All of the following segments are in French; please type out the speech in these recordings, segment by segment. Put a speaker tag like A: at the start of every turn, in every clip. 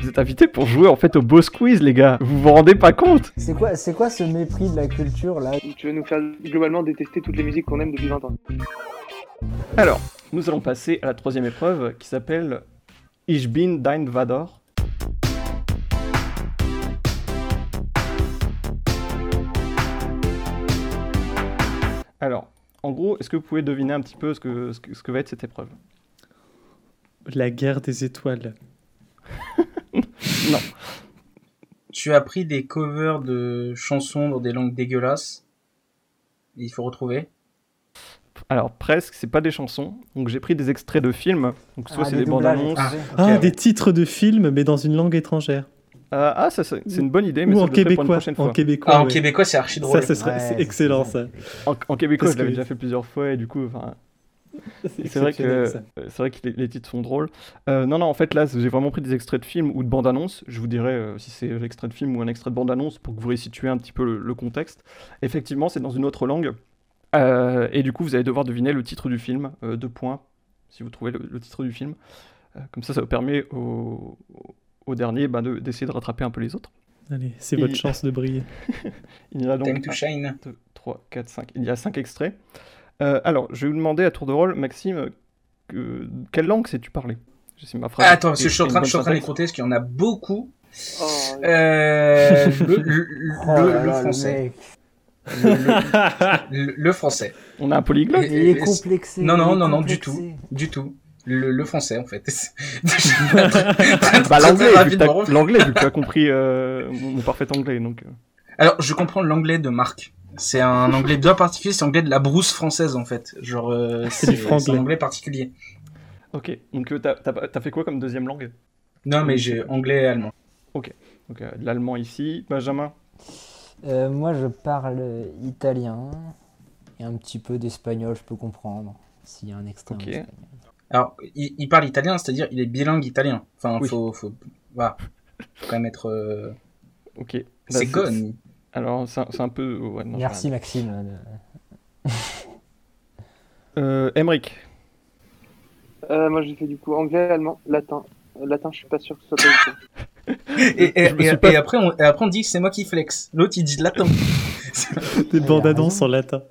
A: Vous êtes invités pour jouer en fait au beau squeeze, les gars. Vous vous rendez pas compte
B: C'est quoi, c'est quoi ce mépris de la culture là
C: Tu vas nous faire globalement détester toutes les musiques qu'on aime depuis 20 ans.
A: Alors, nous allons passer à la troisième épreuve qui s'appelle Ich bin dein Vador. Alors, en gros, est-ce que vous pouvez deviner un petit peu ce que, ce que, ce que va être cette épreuve
D: La guerre des étoiles.
E: Tu as pris des covers de chansons dans des langues dégueulasses. Il faut retrouver.
A: Alors, presque, c'est pas des chansons. Donc, j'ai pris des extraits de films. Donc, soit
B: Ah,
A: c'est
B: les
A: des bandes
B: doublages.
A: annonces. Ah,
D: Ah,
E: ouais.
D: des titres de films, mais dans une langue étrangère.
A: ah, ça, c'est c'est une bonne idée, mais
D: Ou
A: ça,
D: en
A: je le ferai pour une
D: québécois.
A: prochaine fois.
D: En québécois.
E: Ah, en
D: ouais.
E: québécois, c'est archi
D: Ça,
E: drôle.
D: ce serait
B: Ouais,
D: c'est
B: c'est
D: excellent, ça.
B: ça.
A: En, en québécois,
D: Parce
A: je l'avais
D: que-
A: déjà fait plusieurs fois et du coup, enfin, c'est vrai que
D: exceptionnel, ça.
A: euh, c'est vrai que les, les titres sont drôles. Euh, non, non, en fait, là, j'ai vraiment pris des extraits de films ou de bandes annonces. Je vous dirai euh, si c'est l'extrait de film ou un extrait de bande annonce pour que vous resituez un petit peu le, le contexte. Effectivement, c'est dans une autre langue. Euh, et du coup, vous allez devoir deviner le titre du film, euh, deux points, si vous trouvez le, le titre du film. Euh, comme ça, ça vous permet au, au dernier ben, de- d'essayer de rattraper un peu les autres.
D: Allez, c'est
A: Il-
D: votre chance de briller.
A: Il y en a donc
E: Time to shine.
A: 2, 3, 4, 5. Il y a 5 extraits. Euh, alors, je vais vous demander à tour de rôle, Maxime, que- quelle langue sais-tu parler Je sais ma phrase.
E: Ah, attends, parce que je suis en
A: est-
E: train,
A: est
E: je suis en train de les
A: bonne
E: compter parce qu'il y en a beaucoup.
C: Oh,
E: Euh, le, le- le-
B: Oh
E: le
B: là là,
E: français.
B: mec.
E: Le, le français.
A: syntaxe. On a un polyglotte.
B: Il est complexé.
E: Non,
B: il
E: non,
B: est
E: non, non, du
B: complexé.
E: Du tout. Le, le français, en fait.
A: Bah, l'anglais,
E: Très
A: vu que t'as-
E: rapidement.
A: l'anglais, vu que tu as compris euh, mon mon parfait anglais. Donc, euh.
E: Alors, je comprends l'anglais de Marc. C'est un anglais bien particulier, c'est l'anglais de la brousse française, en fait. Genre, euh,
D: C'est du
E: c'est
D: franglais.
E: c'est un anglais particulier.
A: Ok, donc euh, t'as t'as- t'as fait quoi comme deuxième langue
E: Non, mais j'ai anglais et allemand.
A: Donc, euh, de l'allemand ici. Benjamin,
B: Euh, moi, je parle euh, italien et un petit peu d'espagnol. Je peux comprendre s'il y a un extrait. en
A: Ok.
B: espagnol.
E: Alors, il, il parle italien, c'est-à-dire il est bilingue italien. Enfin,
A: Oui.
E: faut, faut, voilà. faut quand même être. euh,
A: ok. Bah,
E: c'est gone.
A: Alors, c'est un- c'est un peu. euh, ouais, non, j'ai
B: Merci, Maxime. euh,
A: rien. Euh, Emric,
C: Euh, moi j'ai fait du coup anglais, allemand, latin. Euh, latin, je suis pas sûr que ce soit pas du tout.
E: Et, et-
A: Je me suis
E: et-
A: pas-
E: et après, on, et après, on dit que c'est moi qui flex. L'autre, il dit latin.
D: Des
B: il a
D: bandes annonces en latin.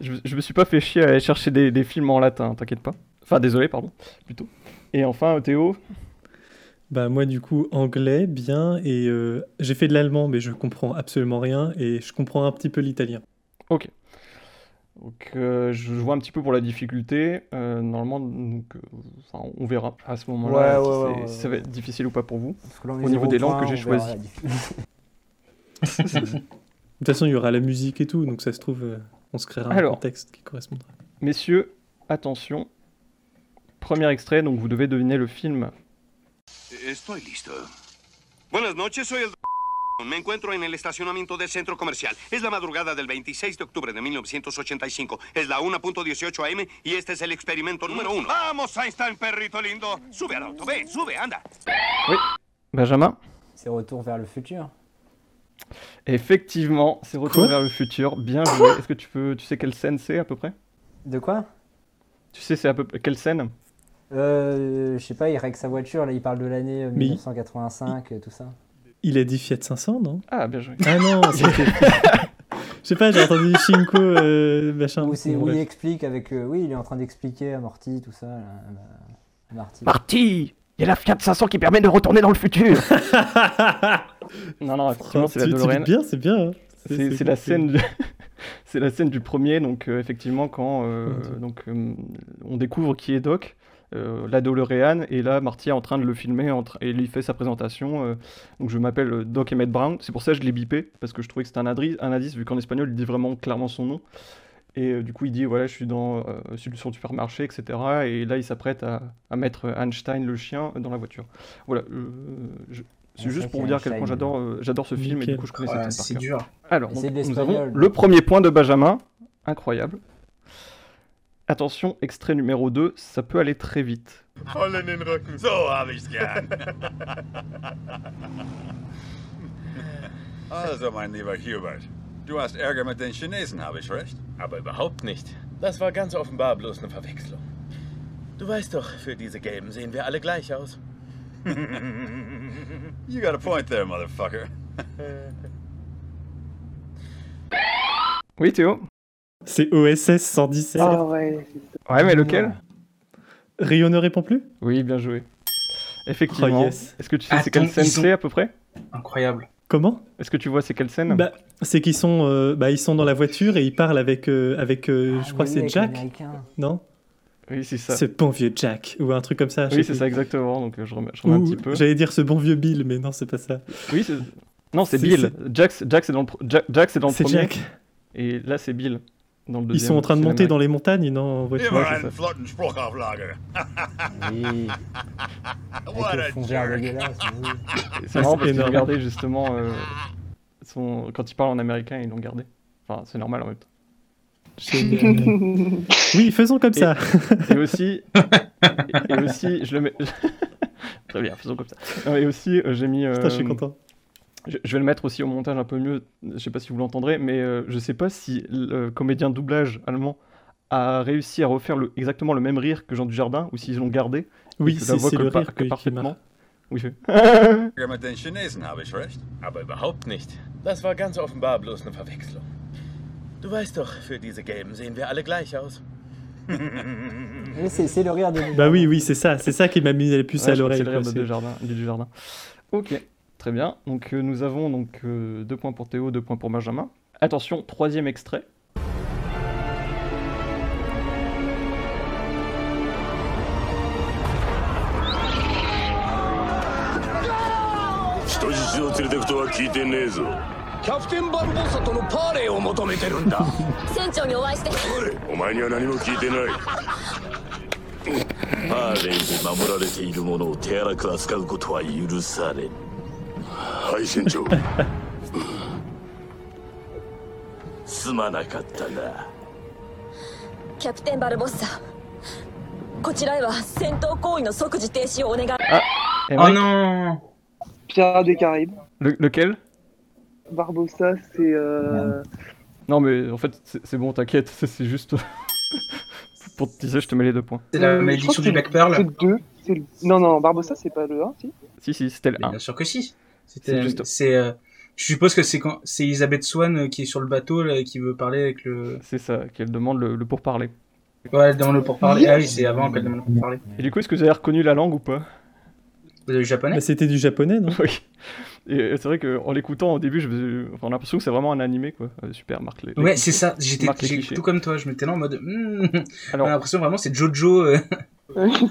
A: Je, je me suis pas fait chier à aller chercher des, des films en latin, t'inquiète pas. Enfin, désolé, pardon, plutôt. Et enfin, Théo,
D: Bah moi du coup anglais bien et euh, j'ai fait de l'allemand mais je comprends absolument rien et je comprends un petit peu l'italien.
A: Donc, euh, je vois un petit peu pour la difficulté. Euh, normalement, donc, euh, enfin, on verra à ce moment-là
B: Ouais,
A: si,
B: ouais,
A: c'est-
B: ouais,
A: si
B: ouais.
A: ça va être difficile ou pas pour vous.
B: parce que là, on est
A: Au niveau
B: zéro
A: des langues
B: point,
A: que j'ai
B: on verra
A: choisies.
B: la difficulté.
D: De toute façon il y aura la musique et tout donc ça se trouve euh, on se créera
A: Alors.
D: un contexte qui correspondra.
A: Messieurs, attention. Premier extrait, donc vous devez deviner le film.
F: Estoy listo. Buenas noches, soy el... Me encuentro en el estacionamiento del centro comercial. Es la madrugada del 26 de octubre de 1985. Es la 1.18 AM y este es el experimento número uno. Vamos, Einstein, perrito lindo. Sube al auto, ve, sube, anda.
A: Benjamin
B: C'est retour vers le futur.
A: Effectivement, c'est Retour
D: Quoi
A: vers le futur. Bien joué. Est-ce que tu peux, tu sais quelle scène c'est à peu près
B: De quoi
A: Tu sais c'est à peu près quelle scène
B: euh, Je sais pas, il règle sa voiture. Là, il parle de l'année euh,
D: Mais il-
B: 1985, euh, tout ça.
D: Il a dit Fiat 500 non
A: Ah, bien joué.
D: Ah non c'était... Je sais pas j'ai entendu Shinko euh, machin.
B: Où, c'est-
D: Bon,
B: où
D: bref.
B: il explique avec. euh, oui, il est en train d'expliquer à Morty tout ça. là, à- à Marty.
A: Parti Il y a la Fiat 500 qui permet de retourner dans le futur Non, non, effectivement,
B: Oh,
A: c'est la
D: Tu- tu-
A: DeLorean.
D: bien c'est bien. hein.
A: C'est c'est la scène, du- c'est la scène du premier, donc euh, effectivement quand euh,
D: Mon Dieu.
A: donc euh, on découvre qui est Doc, euh, la DeLorean, et là Marty est en train de le filmer en tra- et il fait sa présentation. euh, donc je m'appelle euh, Doc Emmett Brown, c'est pour ça que je l'ai bipé parce que je trouvais que c'était un, adri- un indice vu qu'en espagnol il dit vraiment clairement son nom. Et euh, du coup il dit voilà je suis dans euh, je suis sur le supermarché etc. Et là il s'aprête à, à mettre euh, Einstein le chien euh, dans la voiture. Voilà, euh, je- c'est
B: Ah,
A: juste
B: ça,
A: pour
B: c'est
A: vous dire à quel
B: Einstein.
A: point j'adore euh, j'adore ce film et du
D: Nickel.
A: coup je connais cette
E: Voilà,
A: scène par
E: c'est
A: cœur.
E: dur.
A: Alors,
B: Mais c'est
A: donc,
B: de
A: nous avons
B: l'espagnol,
A: le
B: donc.
A: premier point de Benjamin. Incroyable. Attention, extrait numéro 2, ça peut aller très vite.
F: Voll in den Rücken. So habe ich's gern.
G: Also, mein lieber Hubert, du hast Ärger mit den Chinesen, habe ich recht?
H: Aber überhaupt nicht. Das war ganz offenbar bloß eine Verwechslung. Du weißt doch, für diese Gelben sehen wir alle gleich aus.
G: You got a point there, motherfucker.
A: Oui, Théo
D: C'est OSS 117.
C: Ah ouais, c'est ça.
A: Ouais, mais
D: Mmh.
A: lequel
D: Rio ne répond plus
A: Oui, bien joué. Effectivement.
D: Oh, yes.
A: Est-ce que tu sais c'est quelle
E: Attends,
A: scène
E: ils ont-
A: c'est à peu près
E: Incroyable.
D: Comment
A: Est-ce que tu vois c'est quelle scène
D: Bah, c'est qu'ils sont, euh, bah, ils sont dans la voiture et ils parlent avec, euh, avec
B: Ah
D: euh, je crois que c'est Jack, non
A: Oui, c'est ça.
D: Ce bon vieux Jack ou un truc comme ça.
A: Oui,
D: je sais
A: c'est
D: plus.
A: ça exactement. Donc euh, je remets, je remets un
D: Ou-
A: petit peu.
D: J'allais dire ce bon vieux Bill, mais non, c'est pas ça.
A: Oui, c'est... Non, c'est
D: C'est-
A: Bill. Jack, c'est- Jack, c'est dans le, pro- Jack, Jack, c'est dans le
D: C'est
A: premier.
D: Jack.
A: Et là, c'est Bill. Dans le
D: Ils
A: deuxième.
D: sont en train de monter
A: cinéma.
D: dans les montagnes, non en voiture.
G: Immer
A: weiß es
G: einen
A: nicht.
G: flotten Spruch auf Lager.
B: Oui,
G: What
B: avec le
G: a
B: fond vert
G: jerk.
B: dégueulasse.
A: C'est
B: oui.
A: marrant
D: c'est
A: parce qu'ils
D: énorme.
A: regardaient justement. euh, son... Quand ils parlent en américain, ils l'ont gardé. Enfin, c'est normal en même temps.
D: Génial. oui, faisons comme
A: Et- euh,
D: ça.
A: Et aussi. et, et aussi, je le mets. Très bien, faisons comme ça. Non, et aussi, euh, j'ai mis.
D: Putain, je suis
A: euh,
D: content.
A: Je, je vais le mettre aussi au montage un peu mieux, je sais pas si vous l'entendrez, mais euh, je sais pas si le euh, comédien de doublage allemand a réussi à refaire le, exactement le même rire que Jean Dujardin, ou s'ils l'ont gardé. et
D: Oui,
A: que la
D: c'est
A: voix
D: c'est
A: colle
D: le
A: par-
D: rire
A: que
D: que, qui
A: parfaitement.
D: marche.
A: Oui, je-
G: Ärger mit den Chinesen, habe ich recht.
H: Aber überhaupt nicht. Das war ganz offenbar bloß eine Verwechslung. Du weißt doch, für diese Gelben sehen wir alle gleich aus.
B: Oui, c'est c'est le rire de
D: Bah oui, oui, c'est ça. C'est ça qui m'a mis la puce
A: Ouais,
D: à
A: je crois que
D: l'oreille.
A: c'est le rire
D: quoi,
A: de
D: c'est-
A: Dujardin, du Dujardin. Ok, très bien. Donc euh, nous avons donc euh, deux points pour Théo, deux points pour Benjamin. Attention, troisième extrait.
I: キャプテンバルボッサこちらへは戦闘行為の即時停止をお願い
E: Oh
A: Aymeric,
E: non
C: Pirates des Caraïbes.
A: Eh le- lequel
C: Barbossa, c'est. Euh...
A: Non mais en fait c'est c'est bon, t'inquiète, c'est c'est juste... pour te dire, je te mets les deux points.
E: C'est la
C: euh, je crois
E: malédiction
C: que
E: du
C: c'est-
E: Black Pearl
C: C'est le 2. c'est le- Non, non, Barbossa, c'est pas le 1, si.
A: Si, si, c'était le
E: Mais
A: 1.
E: Bien sûr que si.
A: Ah. C'est
E: C'était.
A: juste-
E: C'est. euh, Je suppose que c'est quand c'est Elisabeth Swan euh, qui est sur le bateau là, et qui veut parler avec le.
A: C'est ça, qu'elle demande le, le pourparler.
E: Ouais, elle demande le pourparler. Ah oui, c'est avant qu'elle demande le pourparler.
A: Et du coup, est-ce que vous avez reconnu la langue ou pas
E: Vous avez le japonais
D: Bah, C'était du japonais, non
A: Oui. Et c'est vrai qu'en l'écoutant au début, je me- enfin, on a l'impression que c'est vraiment un animé, quoi. Euh, super, Marc. les- les-
E: Ouais, c'est ça. J'étais
A: Marque les
E: j'ai-
A: clichés.
E: tout comme toi. Je m'étais là en mode. hmm, On a
A: Alors,
E: l'impression vraiment c'est Jojo. euh,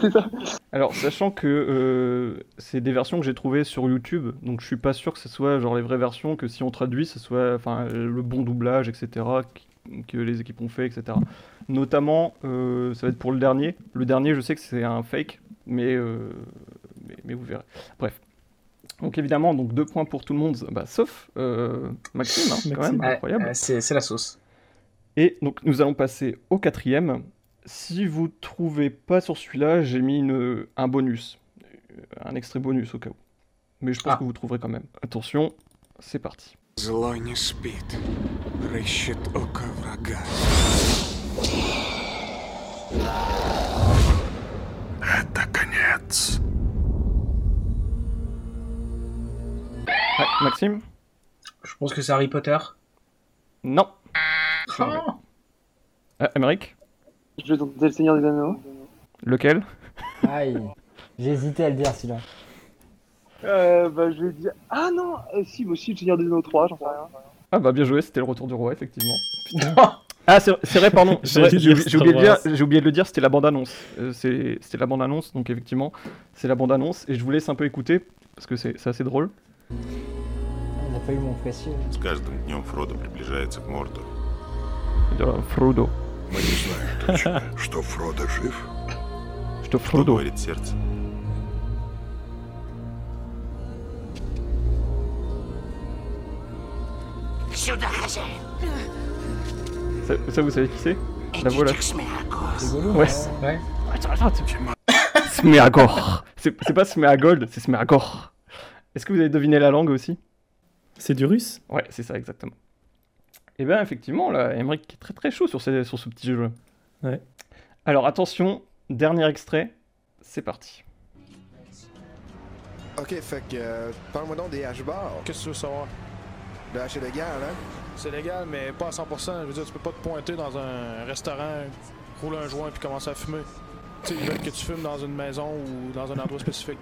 C: c'est ça.
A: alors, sachant que euh, c'est des versions que j'ai trouvées sur YouTube, donc je suis pas sûr que ce soit genre les vraies versions, que si on traduit, ce soit enfin, euh, le bon doublage, etc., qui- que les équipes ont fait, etc. Notamment, euh, ça va être pour le dernier. Le dernier, je sais que c'est un fake, mais, euh, mais, mais vous verrez. Bref. Donc évidemment, donc deux points pour tout le monde, bah, sauf euh, Maxime, hein, quand
D: Maxime.
A: même, incroyable.
E: ah, c'est c'est la sauce.
A: Et donc nous allons passer au quatrième. Si vous trouvez pas sur celui-là, j'ai mis une- un bonus, Euh, un extrait bonus au cas où. Mais je pense
E: Ah.
A: que vous trouverez quand même. Attention, c'est parti.
J: Зло не спит, рыщет око врага. Это конец.
A: Ouais, Maxime
E: Je pense que c'est Harry Potter.
A: Non.
E: Ah.
A: Ah, Amérique
C: Je vais tenter le Seigneur des Anneaux.
A: Lequel
B: Aïe, j'hésitais à le dire celui-là.
C: Euh, bah, je vais dire. Ah non, euh, si, bah, si, le Seigneur des Anneaux 3, j'en sais rien.
A: Ah bah bien joué, c'était le retour du roi, effectivement. Ah c'est c'est vrai, pardon, c'est vrai,
D: J'allais
A: j'ai
D: dire
A: oublié- j'ai oublié, de
D: Star
A: dire-
D: Wars.
A: j'ai oublié de le dire, c'était la bande-annonce. Euh, c'est- c'était la bande-annonce, donc effectivement, c'est la bande-annonce. Et je vous laisse un peu écouter, parce que c'est c'est assez drôle.
B: On n'a pas eu mon précieux.
J: С каждым днем Фродо приближается к Морду.
A: Euh, Frodo.
J: Мы не знаем точно, что Фродо жив,
A: Je te
J: что
A: Frodo.
J: говорит сердце.
A: Ça, ça, vous savez qui c'est La voilà.
B: C'est Gollum,
A: Ouais.
B: hein.
E: Ouais.
A: Attends, attends, attends. Smeagor. C'est c'est pas Smeagold, c'est Smeagor. Est-ce que vous avez deviné la langue aussi
D: C'est du russe
A: Ouais, c'est ça, exactement. Eh bien, effectivement, là, Emmerich est très très chaud sur, ces- sur ce petit jeu.
D: Ouais.
A: Alors, attention, dernier extrait, c'est parti.
K: Ok, fait que euh, parle-moi donc des H-bars.
L: Qu'est-ce que tu veux savoir?
K: Le H est légal, hein?
L: C'est légal, mais pas à 100%. Je veux dire, tu peux pas te pointer dans un restaurant, rouler un joint puis commencer à fumer. Tu sais, ils veulent que tu fumes dans une maison ou dans un endroit spécifique.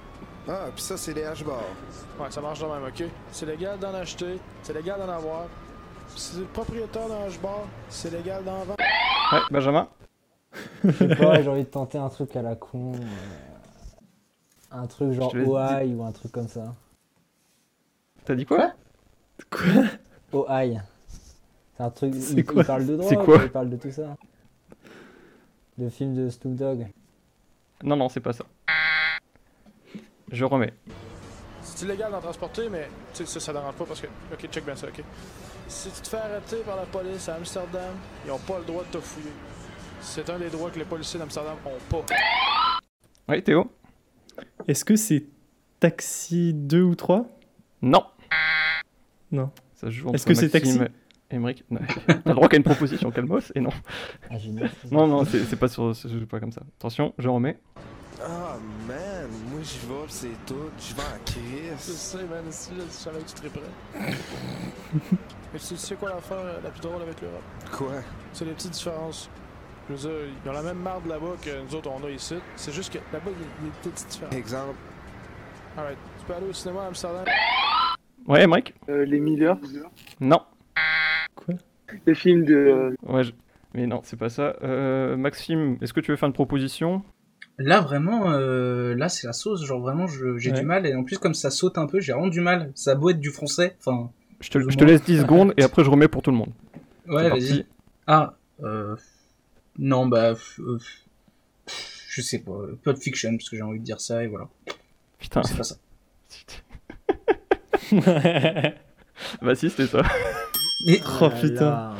K: Ah, puis ça, c'est les H-bars.
L: Ouais, ça marche de même, ok? C'est légal d'en acheter, c'est légal d'en avoir. Puis Si c'est le propriétaire d'un H-bar, c'est légal d'en vendre.
A: Ouais, Benjamin
B: Je sais pas, j'ai envie de tenter un truc à la con. euh, un truc genre
A: Je te laisse
B: OI ou un truc comme ça.
A: T'as dit quoi
B: OI. C'est un truc.
A: C'est
B: Il, il
A: quoi
B: parle de
A: C'est
B: drogue,
A: quoi
B: il parle de tout ça. Le film de Snoop Dogg.
A: Non, non, c'est pas ça. Je remets.
L: C'est illégal d'en transporter, mais tu sais, ça, ça dérange pas parce que. Ok, check bien ça, ok. Si tu te fais arrêter par la police à Amsterdam, ils ont pas le droit de te fouiller. C'est un des droits que les policiers d'Amsterdam ont pas.
A: Oui, Théo
D: Est-ce que c'est Taxi 2 ou 3
A: Non.
D: Non.
A: Ça se joue
D: Est-ce
A: entre
D: que c'est
A: Maxime
D: Taxi
A: et Emmerich. Non, T'as le droit qu'à une proposition, calmos, et non.
B: Ah, j'ai une autre.
A: non, non, c'est c'est pas sur. Je joue pas comme ça. Attention, je remets.
K: Ah, man, moi j'y vais, pis c'est tout. J'y vais en
L: Tu
K: crise.
L: sais, man, si je savais que tu triperais. Mais tu sais- tu sais quoi l'affaire euh, la plus drôle avec l'Europe?
K: Quoi?
L: C'est les petites différences. Je veux dire, ils ont la même marde là-bas que nous autres on a ici. C'est juste que là-bas, il y a des petites différences.
K: Exemple.
L: Alright, tu peux aller au cinéma à Amsterdam.
A: Ouais, Emmerich
C: Euh, les Miller.
A: Non.
C: Les films de.
A: Ouais, je- mais non, c'est pas ça. Euh, Maxime, est-ce que tu veux faire une proposition
E: Là, vraiment, euh, là, c'est la sauce. Genre, vraiment, je- j'ai
A: Ouais.
E: du mal. Et en plus, comme ça saute un peu, j'ai vraiment du mal. Ça a beau être du français. Enfin,
A: Je te,
E: plus ou
A: je te
E: moins.
A: laisse 10 secondes et après je remets pour tout le monde.
E: Ouais,
A: C'est parti.
E: vas-y. Ah, euh, non, bah, f- euh, f- pff, je sais pas. euh, Pulp Fiction, parce que j'ai envie de dire ça, et voilà.
A: Putain.
E: C'est pas ça.
A: bah si, c'était ça.
E: Et...
D: Oh, putain.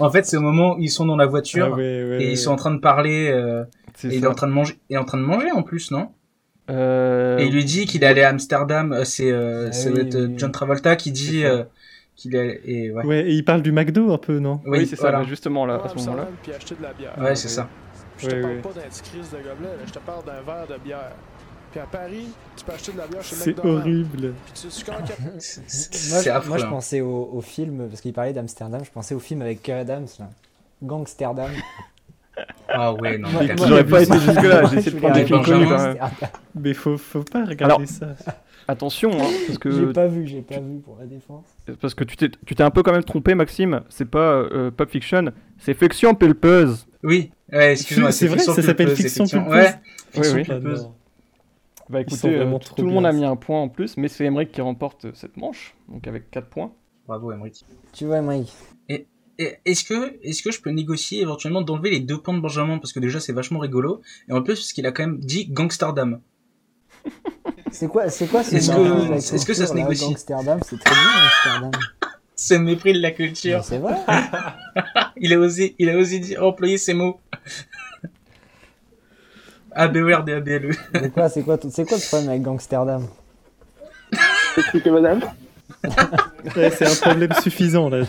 E: En fait, c'est au moment où ils sont dans la voiture,
D: Ah ouais, ouais,
E: et
D: ouais.
E: ils sont en train de parler, euh,
A: C'est
E: et il est
A: ça.
E: en train de manger, il est en train de manger en plus, non?
A: Euh,
E: Et il lui dit qu'il est allé à Amsterdam, euh, c'est euh,
D: Ah
E: ça
D: oui,
E: doit être euh,
D: oui, oui.
E: John Travolta qui dit euh, qu'il est et ouais.
D: Ouais, et il parle du McDo un peu, non
E: Oui, Oui, c'est ça, voilà. mais
A: justement
C: euh,
A: là,
L: à ce moment-là. Puis acheter de la bière.
E: Ouais, c'est ça.
L: Puis Je te
D: Ouais,
L: parle
D: ouais.
L: pas d'un petit crise de gobelet, là, je te parle d'un verre de bière. Puis à Paris, tu peux acheter de la bière chez
D: C'est
L: McDonald's.
D: horrible.
L: Puis tu sais comment qu'il-
B: Moi,
E: C'est
B: je-
E: affreux,
B: moi, je
E: hein.
B: pensais au, au film, parce qu'il parlait d'Amsterdam, je pensais au film avec Kerr Adams, là. Gangsterdam.
E: Ah ouais, non.
B: Moi,
E: d'accord.
B: moi,
A: J'aurais pas
B: je-
A: été jusque-là, j'ai essayé de
B: je
A: prendre
B: voulais
A: des films
B: répondre
A: connus
B: à
A: quand même.
B: Amsterdam.
D: Mais faut, faut pas regarder
A: Alors,
D: ça.
A: Attention, hein, parce
B: J'ai
A: que
B: pas vu, j'ai pas vu pour la défense.
A: parce que tu t'es tu t'es un peu quand même trompé, Maxime. C'est pas euh, Pulp Fiction, c'est Fiction Pulpeuse.
E: Oui, ouais, excuse-moi,
A: C'est vrai,
E: Fiction
A: ça s'appelle
E: Pulpeuse,
A: Fiction
E: effectivement.
A: Pulpeuse.
E: Ouais, Fiction
A: Oui, oui.
E: Pulpeuse.
A: Bah
D: Ils sont
A: écoutez,
D: vraiment
A: euh,
D: trop
A: tout le monde
D: bien,
A: a mis un point en plus, mais c'est Emmerich qui remporte euh, cette manche, donc avec 4 points.
E: Bravo, Emmerich.
B: Tu vois, Mike.
E: Et Est-ce que, est-ce que je peux négocier éventuellement d'enlever les deux points de Benjamin parce que déjà c'est vachement rigolo et en plus parce qu'il a quand même dit Gangsterdam.
B: C'est quoi, c'est quoi ce
E: Est-ce
B: mariage
E: que-
B: avec
E: est-ce que ça se
B: culture, là,
E: négocie
B: euh, Gangsterdam, c'est très bien, Amsterdam.
E: C'est le mépris de la culture.
B: Mais c'est vrai.
E: il a osé, il a osé dire, employer ces mots. A B O R D A B L E.
B: C'est quoi, c'est quoi, tout- c'est quoi le problème avec Gangsterdam
C: Expliquez, madame.
D: Ouais, c'est un problème suffisant là.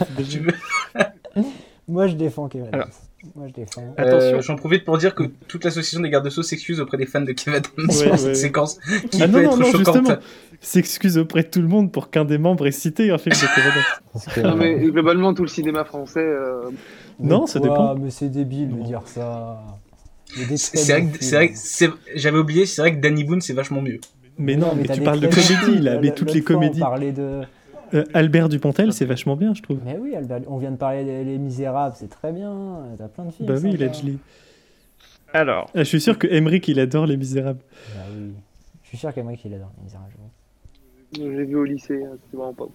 B: Moi, je défends Kevin.
E: Alors.
B: Moi, je défends.
E: Euh, J'en profite pour dire que toute l'association des gardes-sceaux s'excuse auprès des fans de Kev Adams
D: Ouais,
E: pour
D: ouais,
E: cette
D: ouais.
E: séquence qui
D: ah
E: peut
D: non, non,
E: être
D: non,
E: choquante.
D: justement. S'excuse auprès de tout le monde pour qu'un des membres ait cité un film de Kevin Hart.
C: Non, mais
A: euh,
C: globalement, tout le cinéma français. euh,
D: Non, ça dépend.
B: Mais c'est débile de dire ça. Il y a des très
E: C'est vrai
B: bons
E: que,
B: films.
E: c'est vrai que c'est- j'avais oublié, c'est vrai que Danny Boone c'est vachement mieux.
D: Mais non, mais,
B: t'as
D: tu
B: des
D: parles de
B: très bons
D: comédie
B: films.
D: là, mais
B: L'autre
D: toutes les
B: fois,
D: comédies.
B: On, parlait de...
D: Euh, Albert Dupontel, c'est vachement bien, je trouve.
B: mais oui, Albert, on vient de parler des Les Misérables, c'est très bien. T'as plein de films.
D: Bah oui, il a
B: sympas.
D: dit.
A: Alors.
D: Ah, je suis sûr que Emmerich, il adore Les Misérables.
B: Bah oui. Je suis sûr qu'il y a moi qui l'adore, Les Misérables. je pense.
C: Je l'ai vu au lycée, hein, c'était vraiment pas bon.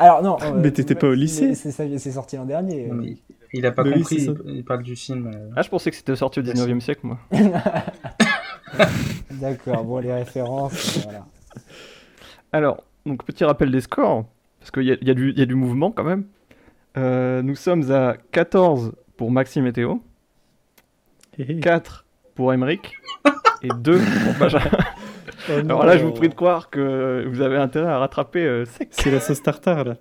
B: Alors non. euh,
D: Mais t'étais pas au lycée.
B: mais C'est ça- c'est sorti l'an dernier.
E: Non, mais Il a pas
D: Mais oui,
E: compris,
D: c'est ça.
E: il, il parle du film. euh,
A: Ah, je pensais que c'était sorti au 19 e siècle, moi.
B: D'accord, bon, les références, voilà.
A: Alors, donc petit rappel des scores, parce qu'il y, a- il y a du- il y a du mouvement quand même. Euh, nous sommes à 14 pour Maxime et Théo,
D: Hé, hé.
A: 4 pour Emeric et 2 pour Benjamin.
D: Oh
A: Alors là,
D: non.
A: je vous prie de croire que vous avez intérêt à rattraper euh, sec.
D: C'est la sauce tartare là.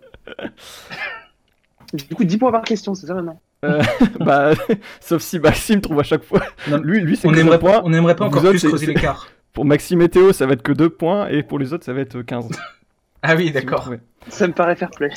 C: Du coup, 10 points par question, c'est ça maintenant
A: Euh, bah, sauf si Maxime trouve à chaque fois.
E: Non,
A: lui, lui c'est
E: on,
A: que zéro
E: aimerait,
A: point.
E: on aimerait pas
A: Vous
E: encore
A: autres,
E: plus
A: c'est-
E: creuser
A: c'est-
E: l'écart.
A: Pour Maxi Météo, ça va être que 2 points, et pour les autres, ça va être 15.
E: Ah oui,
A: d'accord.
L: Ça me paraît fair play.